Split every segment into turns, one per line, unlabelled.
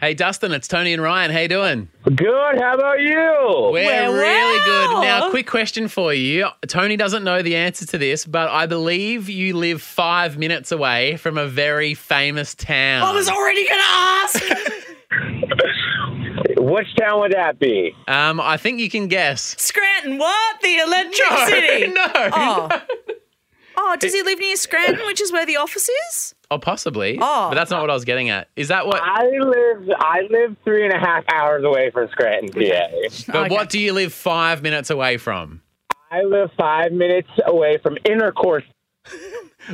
Hey, Dustin, it's Tony and Ryan. How you doing?
Good. How about you?
We're,
We're
really
well.
good. Now, quick question for you. Tony doesn't know the answer to this, but I believe you live five minutes away from a very famous town.
I was already going to ask.
Which town would that be?
um, I think you can guess.
Scranton, what? The Electric City.
no.
Oh. oh, does he live near Scranton, which is where the office is?
Or possibly.
Oh. Ah,
But that's not what I was getting at. Is that what?
I live I live three and a half hours away from Scranton, PA.
but
Okay.
what do you live five minutes away from?
I live five minutes away from Intercourse.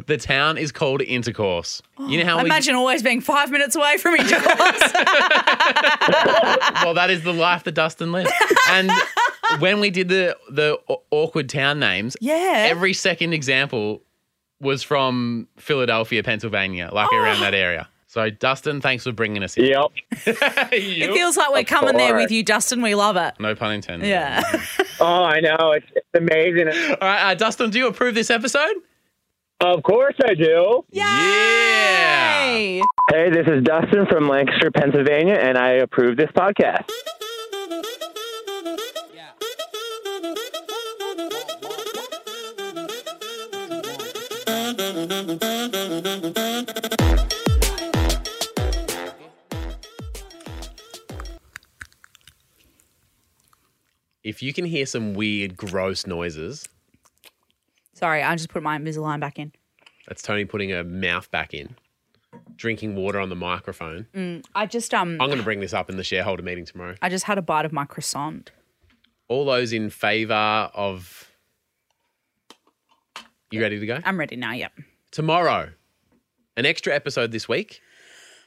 The town is called Intercourse. You know how we
Oh, Imagine always being five minutes away from each other.
well, that is the life that Dustin lives. And when we did the the aw- awkward town names,
yeah.
every second example was from Philadelphia, Pennsylvania, like around that area. So, Dustin, thanks for bringing us here.
Yep.
it feels like we're coming there
course.
with you, Dustin. We love it.
no pun intended.
Yeah.
Oh, I know. It's, it's amazing.
All right, uh, Dustin, do you approve this episode?
Of course I do.
Yeah.
Yay.
Hey, this is Dustin from Lancaster, Pennsylvania, and I approve this podcast.
If you can hear some weird, gross noises,
Sorry, I just put my Invisalign back in.
that's Tony putting her mouth back in, drinking water on the microphone.
I just um
I'm going to bring this up in the shareholder meeting tomorrow.
I just had a bite of my croissant.
All those in favour of. You ready to go?
I'm ready now, yep.
tomorrow, an extra episode this week,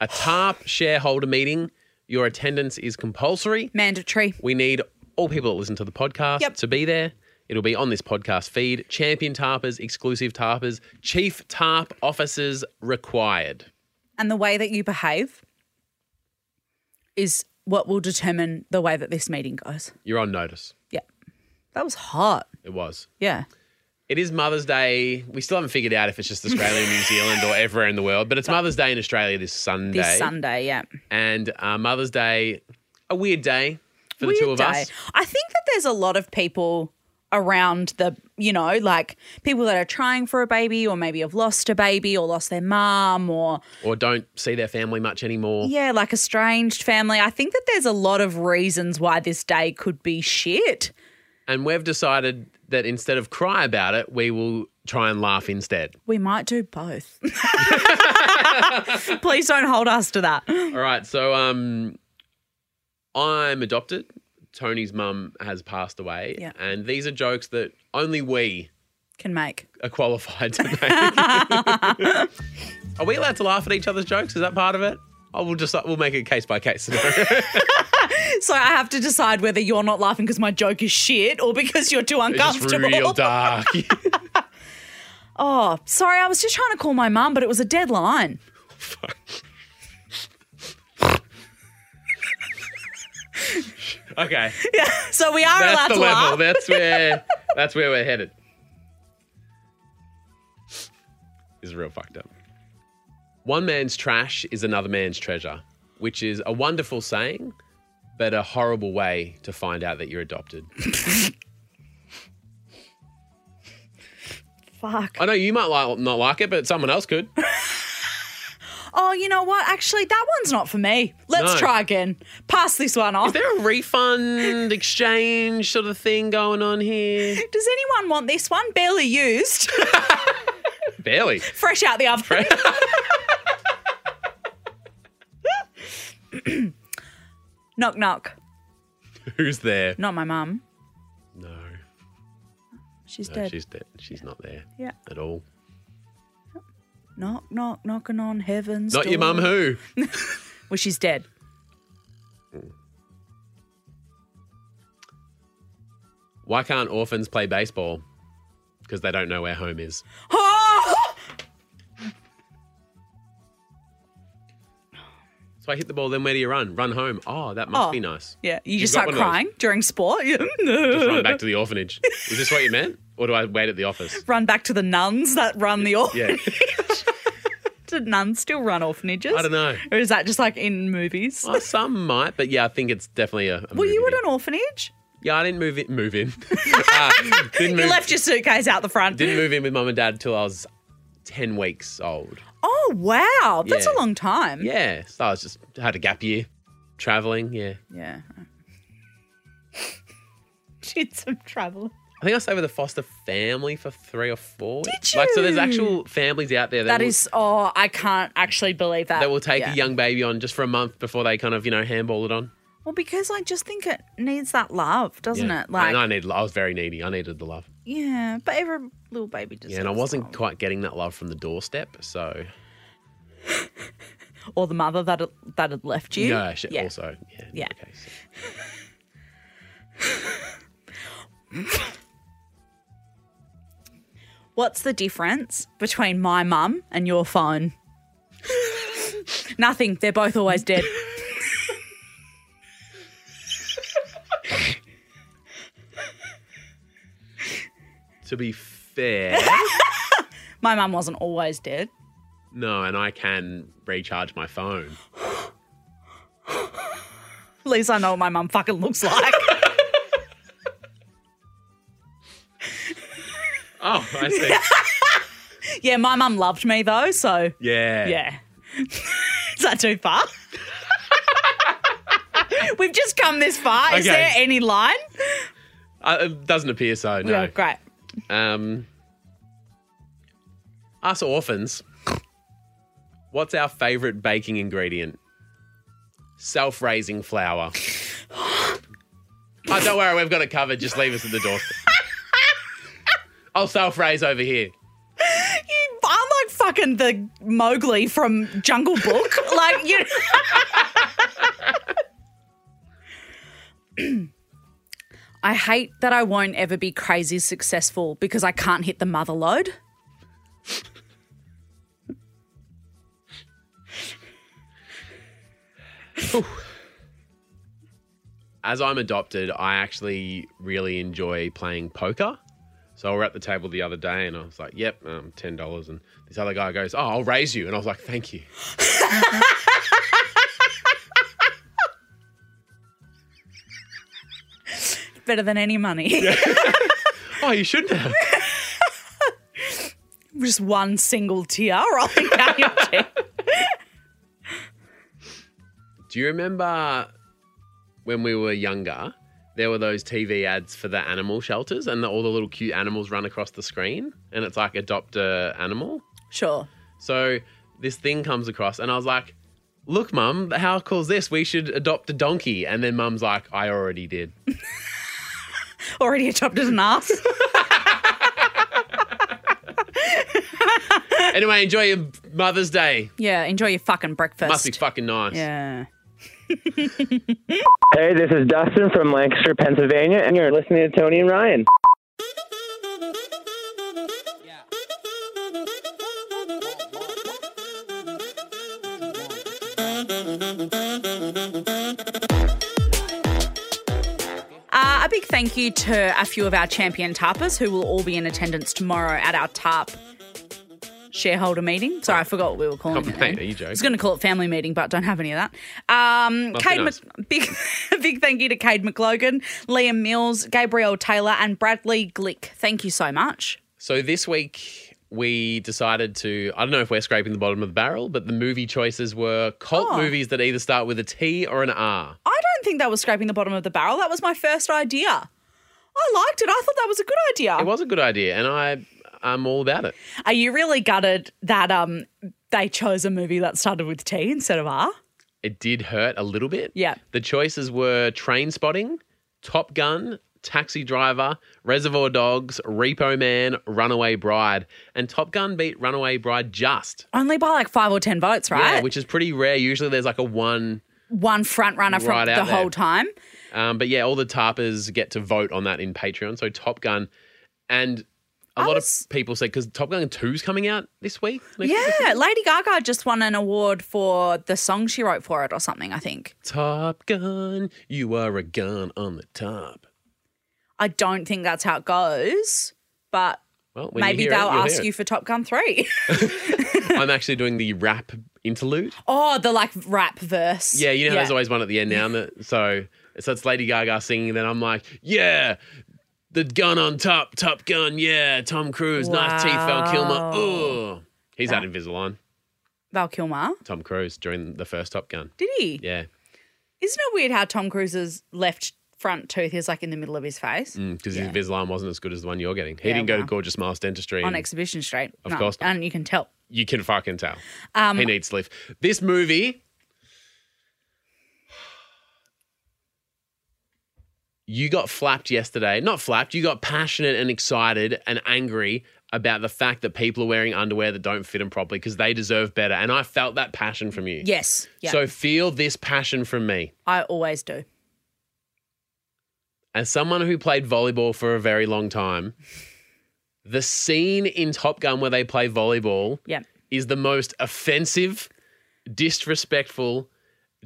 a TARP shareholder meeting. Your attendance is compulsory.
Mandatory.
We need all people that listen to the podcast
Yep.
to be there. It'll be on this podcast feed. Champion tarpers, exclusive tarpers, chief tarp officers required.
And the way that you behave is what will determine the way that this meeting goes.
You're on notice.
Yeah. That was hot.
It was.
Yeah.
It is Mother's Day. We still haven't figured out if it's just Australia, New Zealand, or everywhere in the world, but it's Mother's Day in Australia this Sunday.
This Sunday, yeah.
and uh, Mother's Day, a weird day for the two of
Weird day.
us.
I think that there's a lot of people around the, you know, like people that are trying for a baby or maybe have lost a baby or lost their mum or,
or don't see their family much anymore.
yeah, like estranged family. I think that there's a lot of reasons why this day could be shit.
And we've decided that instead of cry about it, we will try and laugh instead.
We might do both. Please don't hold us to that.
All right. So um I'm adopted. Tony's mum has passed away.
Yeah.
And these are jokes that only we
Can make.
are qualified to make. are we allowed to laugh at each other's jokes? Is that part of it? Oh, we'll just we'll make it case by case scenario.
So I have to decide whether you're not laughing because my joke is shit or because you're too
it's just
uncomfortable.
real dark.
Oh, sorry, I was just trying to call my mum, but it was a dead line.
okay.
So we are allowed
That's the
to
level.
laugh.
That's where that's where we're headed. This is real fucked up. One man's trash is another man's treasure, which is a wonderful saying, but a horrible way to find out that you're adopted.
Fuck.
I know you might li- not like it, but someone else could.
Oh, you know what? Actually, that one's not for me. Let's
No.
try again. Pass this one on.
Is there a refund exchange sort of thing going on here?
Does anyone want this one? Barely used.
Barely.
Fresh out the oven. knock, knock.
Who's there?
Not my mum.
No.
She's
No,
dead.
she's dead. She's not there
Yeah.
at all.
Knock, knock, knocking on heaven's
Not your
door.
mum who?
Well, she's dead.
Why can't orphans play baseball? Because they don't know where home is.
Oh!
So I hit the ball, then where do you run? Run home. Oh, that must
Oh.
be nice.
Yeah, you just
got
start
one of those.
crying during sport.
Just run back to the orphanage. Is this what you meant? Or do I wait at the office?
Run back to the nuns that run the orphan.
Yeah.
Do nuns still run orphanages?
I don't know.
Or is that just like in movies?
Well, some might, but yeah, I think it's definitely a. a
Were you
movie.
at an orphanage?
Yeah, I didn't move in. Move in. Uh, didn't
You
move,
left your suitcase out the front.
Didn't move in with mum and dad until I was ten weeks old.
Oh wow, that's
Yeah.
a long time.
Yeah, so I was just had a gap year, traveling. Yeah,
Yeah. she had some trouble.
I think I stayed with a foster family for three or four.
Did
weeks. Like, so there's
you?
actual families out there that,
That
will,
is, oh, I can't actually believe that.
that will take
Yeah.
a young baby on just for a month before they kind of you know handball it on.
Well, because I just think it needs that love, doesn't
Yeah.
it? Like,
and I need. I was very needy. I needed the love.
yeah, but every little baby just.
Yeah, and I
needs
wasn't
love.
quite getting that love from the doorstep. So
Or the mother that that had left you.
yeah, shit. Also, yeah,
Yeah.
not the case.
What's the difference between my mum and your phone? Nothing. They're both always dead.
To be fair,
My mum wasn't always dead.
no, and I can recharge my phone.
At least I know what my mum fucking looks like.
Oh, I see.
yeah, my mum loved me though, so
Yeah.
yeah. Is that too far? We've just come this far. Is
Okay.
there any line?
Uh, it doesn't appear so,
Yeah,
no.
great.
Um, us orphans, what's our favourite baking ingredient? Self raising flour. oh, don't worry, we've got it covered. Just leave us at the doorstep. I'll self raise over here.
You- I'm like fucking the Mowgli from Jungle Book. like you. I hate that I won't ever be crazy successful because I can't hit the mother load.
as I'm adopted, I actually really enjoy playing poker. So we're at the table the other day, and I was like, "Yep, um, ten dollars." And this other guy goes, "Oh, I'll raise you," and I was like, "Thank you."
Better than any money.
Oh, you shouldn't have.
Just one single tear rolling down your cheek.
Do you remember when we were younger? There were those TV ads for the animal shelters, and the, all the little cute animals run across the screen, and it's like adopt a animal.
Sure.
So this thing comes across, and I was like, "Look, mum, how cool's this? We should adopt a donkey." And then mum's like, "I already did."
Already adopted an ass.
anyway, enjoy your Mother's Day.
yeah, enjoy your fucking breakfast.
Must be fucking nice.
yeah.
Hey, this is Dustin from Lancaster, Pennsylvania, and you're listening to Tony and Ryan.
Uh, a big thank you to a few of our champion tarpers who will all be in attendance tomorrow at our tarp shareholder meeting. Sorry, I forgot what we were calling it.
Hey,
then.
are you
I
joking?
was going to call it family meeting, but don't have any of that. Um,
Must be
Cade
nice.
Mc- big, big thank you to Cade McLogan, Liam Mills, Gabrielle Taylor, and Bradley Glick. Thank you so much.
So this week we decided to I don't know if we're scraping the bottom of the barrel, but the movie choices were cult
Oh.
movies that either start with a T or an R.
I don't think that was scraping the bottom of the barrel. That was my first idea. I liked it. I thought that was a good idea.
It was a good idea, and I I'm all about it.
Are you really gutted that um they chose a movie that started with T instead of R?
It did hurt a little bit.
Yeah.
The choices were Train Spotting, Top Gun, Taxi Driver, Reservoir Dogs, Repo Man, Runaway Bride, and Top Gun beat Runaway Bride just.
Only by like five or ten votes, right?
Yeah, which is pretty rare. Usually there's like a one
One front runner from
Right
the
out there.
whole time.
Um, but yeah, all the tarpers get to vote on that in Patreon. So Top Gun, and a
I
lot
was-
of people said because Top Gun Two's coming out this week. next week.
Yeah, Lady Gaga just won an award for the song she wrote for it or something, I think.
Top Gun, you are a gun on the top.
I don't think that's how it goes, but
Well, when you
Maybe
hear it,
they'll
you'll
ask
hear
you
it.
for Top Gun 3.
I'm actually doing the rap interlude.
oh, the like rap verse.
Yeah, you know, how there's always one at the end now. and that- So, so it's Lady Gaga singing, and then I'm like, yeah, the gun on top, Top Gun, yeah, Tom Cruise, knife teeth, Val Kilmer.
Wow.
Oh, he's had Invisalign.
Val Kilmer.
Tom Cruise during the first Top Gun.
Did he?
Yeah,
Isn't it weird how Tom Cruise's left front tooth is like in the middle of his face?
because mm, his Invisalign wasn't as good as the one you're getting. He
Yeah,
didn't go to
wow.
Gorgeous Smiles Dentistry.
On
and
exhibition straight.
Of course not.
And you can tell. Um,
you can fucking tell. he
Mm.
needs sleep. This movie. You got flapped yesterday. Not flapped. You got passionate and excited and angry about the fact that people are wearing underwear that don't fit them properly because they deserve better. And I felt that passion from you.
Yes. Yeah.
So feel this passion from me.
I always do.
as someone who played volleyball for a very long time, the scene in Top Gun where they play volleyball
Yeah.
is the most offensive, disrespectful,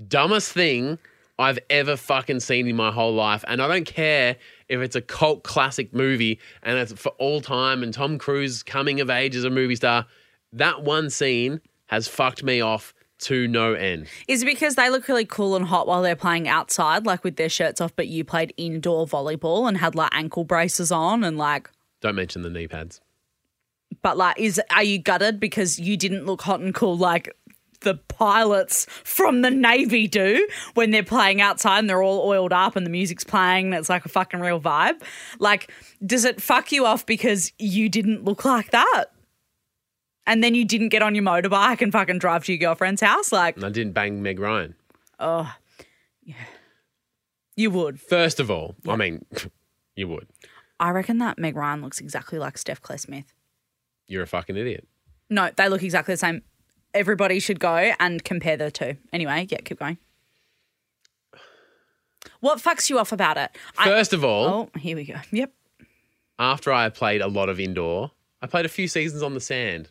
dumbest thing I've ever fucking seen in my whole life. And I don't care if it's a cult classic movie and it's for all time and Tom Cruise coming of age as a movie star. That one scene has fucked me off to no end.
Is it because they look really cool and hot while they're playing outside, like with their shirts off, but you played indoor volleyball and had like ankle braces on and like
Don't mention the knee pads.
but like is are you gutted because you didn't look hot and cool like the pilots from the Navy do when they're playing outside and they're all oiled up and the music's playing and it's like a fucking real vibe. Like, does it fuck you off because you didn't look like that? And then you didn't get on your motorbike and fucking drive to your girlfriend's house? Like,
And I didn't bang Meg Ryan.
Oh, you would.
First of all, I mean, you would.
I reckon that Meg Ryan looks exactly like Steph Claire Smith.
You're a fucking idiot.
No, they look exactly the same. Everybody should go and compare the two. Anyway, yeah, keep going. What fucks you off about it? I,
First of all,
oh, here we go. Yep.
after I played a lot of indoor, I played a few seasons on the sand.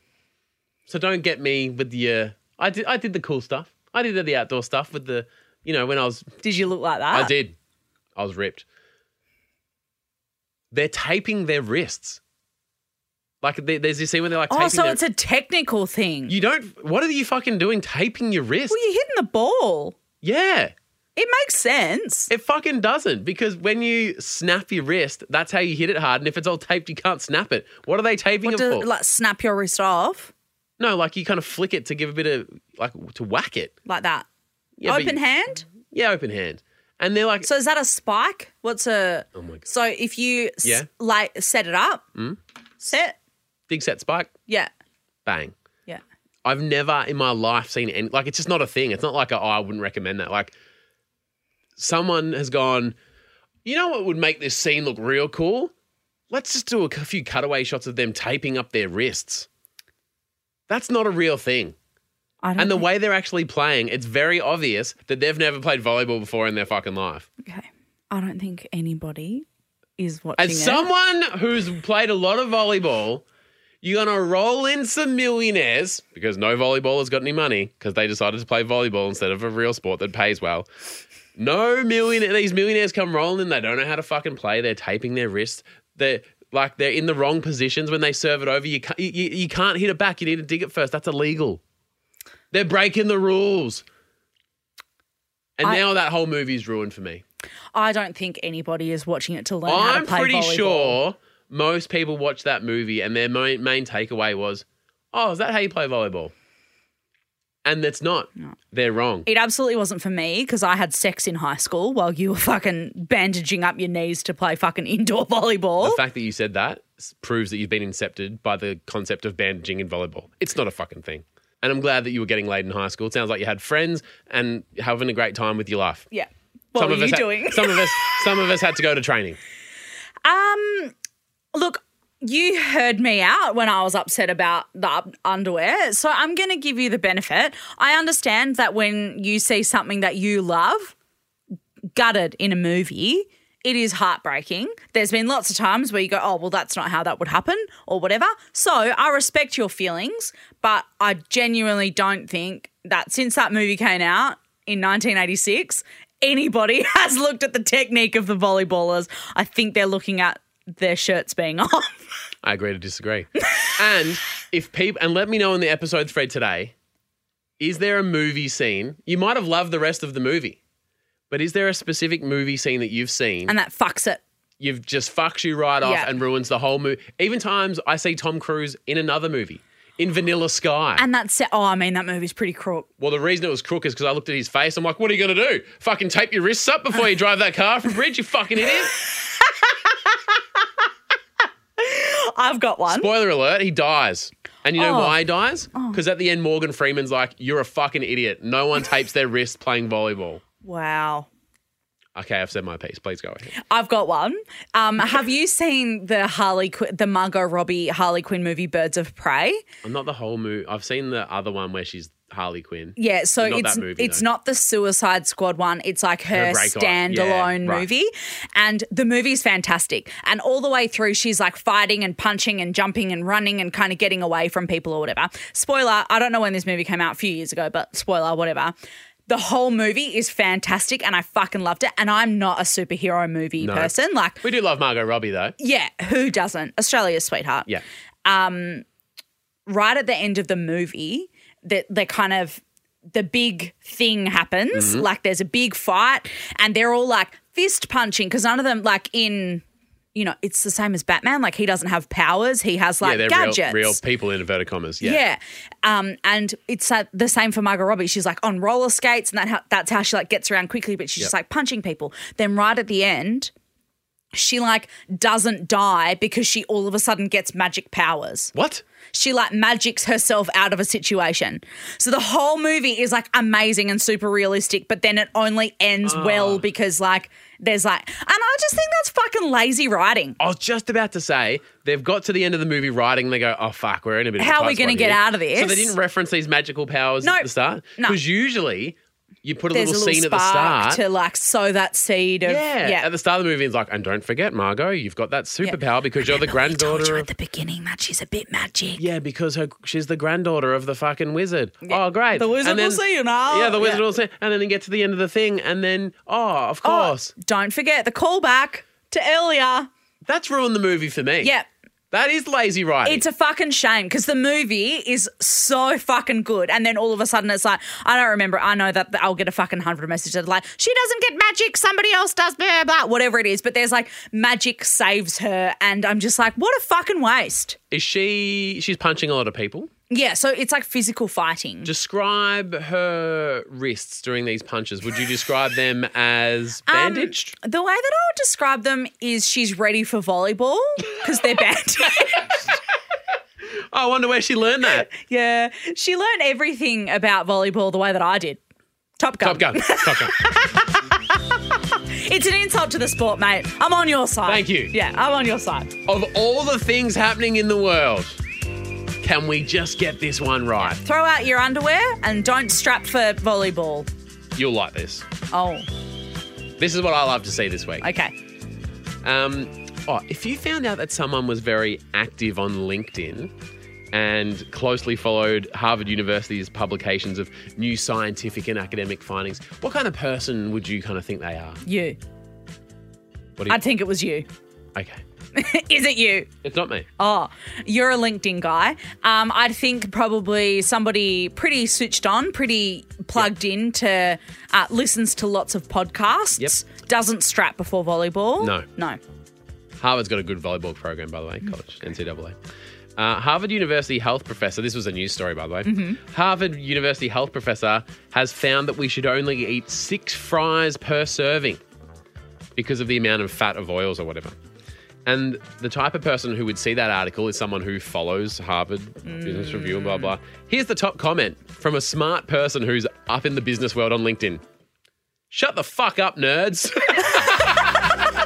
So don't get me with the. Uh, I did. I did the cool stuff. I did the outdoor stuff with the. You know, when I was,
Did you look like that?
I did. I was ripped. They're taping their wrists. Like there- there's this scene where they're like.
Oh,
taping
so
their-
it's a technical thing.
You don't. What are you fucking doing? Taping your wrist?
well, you're hitting the ball.
yeah.
It makes sense.
It fucking doesn't because when you snap your wrist, that's how you hit it hard. And if it's all taped, you can't snap it. What are they taping
What
it
does
for?
like snap your wrist off
no, like you kind of flick it to give a bit of like to whack it.
like that?
Yeah, but
Open
you-
hand.
Yeah, open hand. And they're like,
So is that a spike? What's a?
oh my god,
So if you s-
Yeah. Hmm?
like set it up, set
dig set spike,
yeah
bang.
yeah.
I've never in my life seen any like it's just not a thing. It's not like a, oh, I wouldn't recommend that. Like someone has gone, you know what would make this scene look real cool? Let's just do a c- few cutaway shots of them taping up their wrists. That's not a real thing.
I don't
And the way they're actually playing, it's very obvious that they've never played volleyball before in their fucking life.
Okay. I don't think anybody is watching
As
it.
someone who's played a lot of volleyball, you're gonna roll in some millionaires because no volleyball has got any money because they decided to play volleyball instead of a real sport that pays well. No millionaire, these millionaires come rolling in. They don't know how to fucking play. They're taping their wrists. They're like they're in the wrong positions when they serve it over. You can't, you, you you can't hit it back. You need to dig it first. That's illegal. They're breaking the rules. And
I-
now that whole movie's ruined for me.
I don't think anybody is watching it to learn how
I'm
to play
pretty
volleyball.
sure most people watched that movie and their main, main takeaway was, "Oh, is that how you play volleyball?" And that's not. They're wrong.
It absolutely wasn't for me because I had sex in high school while you were fucking bandaging up your knees to play fucking indoor volleyball.
the fact that you said that s- proves that you've been incepted by the concept of bandaging in volleyball. It's not a fucking thing. And I'm glad that you were getting laid in high school. It sounds like you had friends and having a great time with your life.
yeah. What were
of
you
us had-
doing?
some of us some of us had to go to training.
Um, look, you heard me out when I was upset about the up- underwear, so I'm going to give you the benefit. I understand that when you see something that you love gutted in a movie, it is heartbreaking. There's been lots of times where you go, oh, well, that's not how that would happen or whatever. So I respect your feelings, but I genuinely don't think that since that movie came out in 1986, anybody has looked at the technique of the volleyballers. I think they're looking at their shirts being off.
I agree to disagree. and if people and let me know in the episode thread today, is there a movie scene? You might have loved the rest of the movie, but is there a specific movie scene that you've seen
and that fucks it.
you've just fucks you right off
Yeah.
and ruins the whole movie? Even times I see Tom Cruise in another movie. In Vanilla Sky.
And that's it. Oh, I mean, that movie's pretty crook.
well, the reason it was crook is because I looked at his face. I'm like, what are you going to do? Fucking tape your wrists up before you drive that car off a bridge, you fucking idiot.
I've got one.
Spoiler alert, he dies. And you know
Oh.
why he dies? Because at the end, Morgan Freeman's like, You're a fucking idiot. No one tapes their wrist playing volleyball.
wow.
Okay, I've said my piece. Please go ahead.
I've got one. Um, have you seen the Harley, Qu- the Margot Robbie Harley Quinn movie Birds of Prey?
I'm not the whole movie. I've seen the other one where she's Harley Quinn.
Yeah, so
Not
it's
that movie,
it's
though.
not the Suicide Squad one. It's like her,
Her breakout.
standalone
Yeah, right.
movie, and the movie's fantastic. And all the way through, she's like fighting and punching and jumping and running and kind of getting away from people or whatever. Spoiler: I don't know when this movie came out, a few years ago, but spoiler, whatever. The whole movie is fantastic, and I fucking loved it. And I'm not a superhero movie
No.
person. Like,
We do love Margot Robbie, though.
yeah, who doesn't? Australia's sweetheart
Yeah.
right at the end of the movie that they kind of the big thing happens
Mm-hmm.
like there's a big fight and they're all like fist punching because none of them like in you know it's the same as batman like he doesn't have powers he has like
yeah, they're real,
gadgets
real people in inverted commas. Yeah.
yeah. Um, and it's uh, the same for Margot Robbie. She's like on roller skates, and that how, that's how she like gets around quickly. But she's just
Yep.
like punching people. Then right at the end, she like doesn't die because she all of a sudden gets magic powers
What?
she like magics herself out of a situation. So the whole movie is like amazing and super realistic, but then it only ends
Ah.
well because like there's like, and I just think that's fucking lazy writing.
I was just about to say they've got to the end of the movie writing. They go, "Oh fuck, we're in a bit." of a
How are
tight
we gonna
spot
get
here."
out of this?
So they didn't reference these magical powers
No.
at the start
No.
because usually you put a
There's
little,
a little
scene at
spark
the start
to like sow that seed of
Yeah.
yeah.
At the start of the movie, it's like, and don't forget, Margot, you've got that superpower because you're the
Remember we told
granddaughter
you
of.
at the beginning that she's a bit magic.
yeah, because her, she's the granddaughter of the fucking wizard. Oh, great.
The wizard
And
will
then-
see you now.
Yeah, the wizard
Yeah.
will see. And then you get to the end of the thing, and then, oh, of
Oh,
course.
Don't forget the callback to earlier.
That's ruined the movie for me.
Yeah.
That is lazy writing.
It's a fucking shame because the movie is so fucking good. And then all of a sudden it's like, I don't remember. I know that I'll get a fucking hundred messages like, she doesn't get magic, somebody else does, blah, blah, blah, whatever it is. But there's like, magic saves her. And I'm just like, what a fucking waste.
is she. She's punching a lot of people.
Yeah. So it's like physical fighting.
Describe her wrists during these punches. Would you describe them as bandaged?
Um, the way that I would describe them is she's ready for volleyball because they're bad.
Oh, I wonder where she learned that.
yeah. She learned everything about volleyball the way that I did. Top Gun.
Top Gun. Top Gun.
It's an insult to the sport, mate. I'm on your side.
Thank you.
Yeah, I'm on your side.
Of all the things happening in the world, can we just get this one right?
Throw out your underwear and don't strap for volleyball.
You'll like this.
Oh,
This is what I love to see this week.
okay.
Um, oh, if you found out that someone was very active on LinkedIn and closely followed Harvard University's publications of new scientific and academic findings, what kind of person would you kind of think they are?
You.
What do you,
I think it was you.
okay,
Is it you?
it's not me.
Oh, you're a LinkedIn guy. Um, I'd think probably somebody pretty switched on, pretty plugged in to uh, listens to lots of podcasts. Doesn't strap before volleyball.
No.
No.
Harvard's got a good volleyball program, by the way, college, NCAA. Uh, Harvard University health professor, this was a news story, by the way. Harvard University health professor has found that we should only eat six fries per serving because of the amount of fat of oils or whatever. And the type of person who would see that article is someone who follows Harvard Business Review and blah, blah. Here's the top comment from a smart person who's up in the business world on LinkedIn Shut the fuck up, nerds.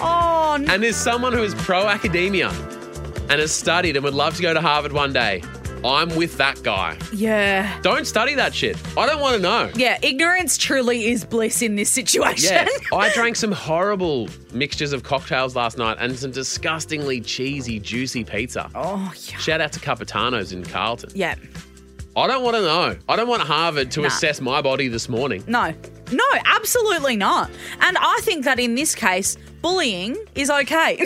Oh, no.
and there's someone who is pro academia and has studied and would love to go to Harvard one day, I'm with that guy.
yeah.
Don't study that shit. I don't want to know.
Yeah, ignorance truly is bliss in this situation.
Yeah. I drank some horrible mixtures of cocktails last night and some disgustingly cheesy, juicy pizza.
Oh, yeah.
Shout out to Capitano's in Carlton.
Yeah.
I don't want to know. I don't want Harvard to
Nah.
assess my body this morning.
No, no, absolutely not. And I think that in this case, bullying is okay.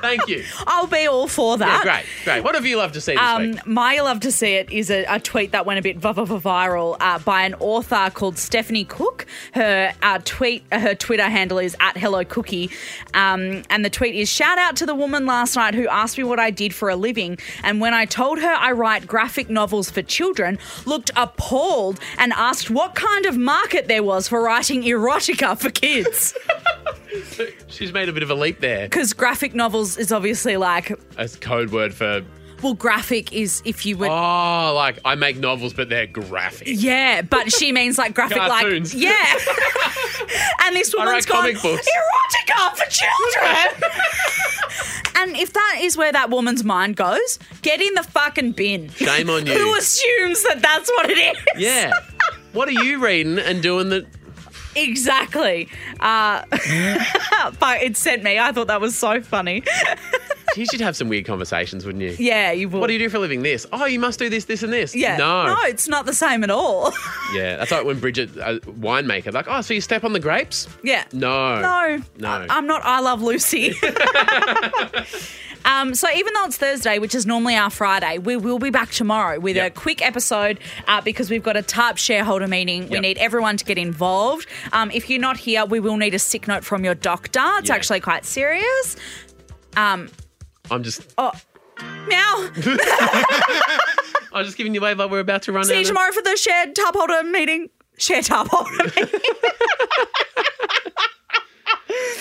Thank you.
I'll be all for
Yeah,
that.
great, great. What have you loved to see this
Um,
week?
my love to see it is a, a tweet that went a bit v- v- v- viral uh, by an author called Stephanie Cook. Her uh, tweet, uh, her Twitter handle is at Hello Cookie, um, and the tweet is: Shout out to the woman last night who asked me what I did for a living, and when I told her I write graphic novels for children, looked appalled and asked what kind of market there was for writing erotica for kids,
She's made a bit of a leap there.
because graphic novels is obviously like,
As code word for
well, graphic is if you were.
oh, like I make novels, but they're graphic.
Yeah, but she means like graphic,
Cartoons.
like yeah. and this
I write
woman's gone
comic books.
erotica for children. and if that is where that woman's mind goes, get in the fucking bin.
Shame on you.
Who assumes that that's what it is?
Yeah. what are you reading and doing that?
exactly. Uh, but it sent me. I thought that was so funny.
You should have some weird conversations, wouldn't you?
Yeah, you would.
What do you do for a living? This. Oh, you must do this, this, and this.
yeah,
No.
no, it's not the same at all.
Yeah. That's like when Bridget, uh, winemaker, like, oh, so you step on the grapes?
Yeah.
No.
No.
No.
I- I'm not I Love Lucy. Um, so even though it's Thursday, which is normally our Friday, we will be back tomorrow with
Yep.
a quick episode uh, because we've got a TARP shareholder meeting. We
Yep.
need everyone to get involved. Um, if you're not here, we will need a sick note from your doctor. It's
Yeah.
actually quite serious.
I'm just,
Oh. Now,
I'm just giving you a wave like we're about to run
see
out.
you
of-
tomorrow for the shared TARP holder meeting. Share TARP holder meeting.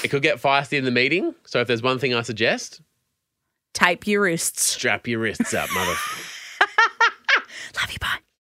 It could get feisty in the meeting. So if there's one thing I suggest,
Tape your wrists.
strap your wrists up, mother.
Love you, bye.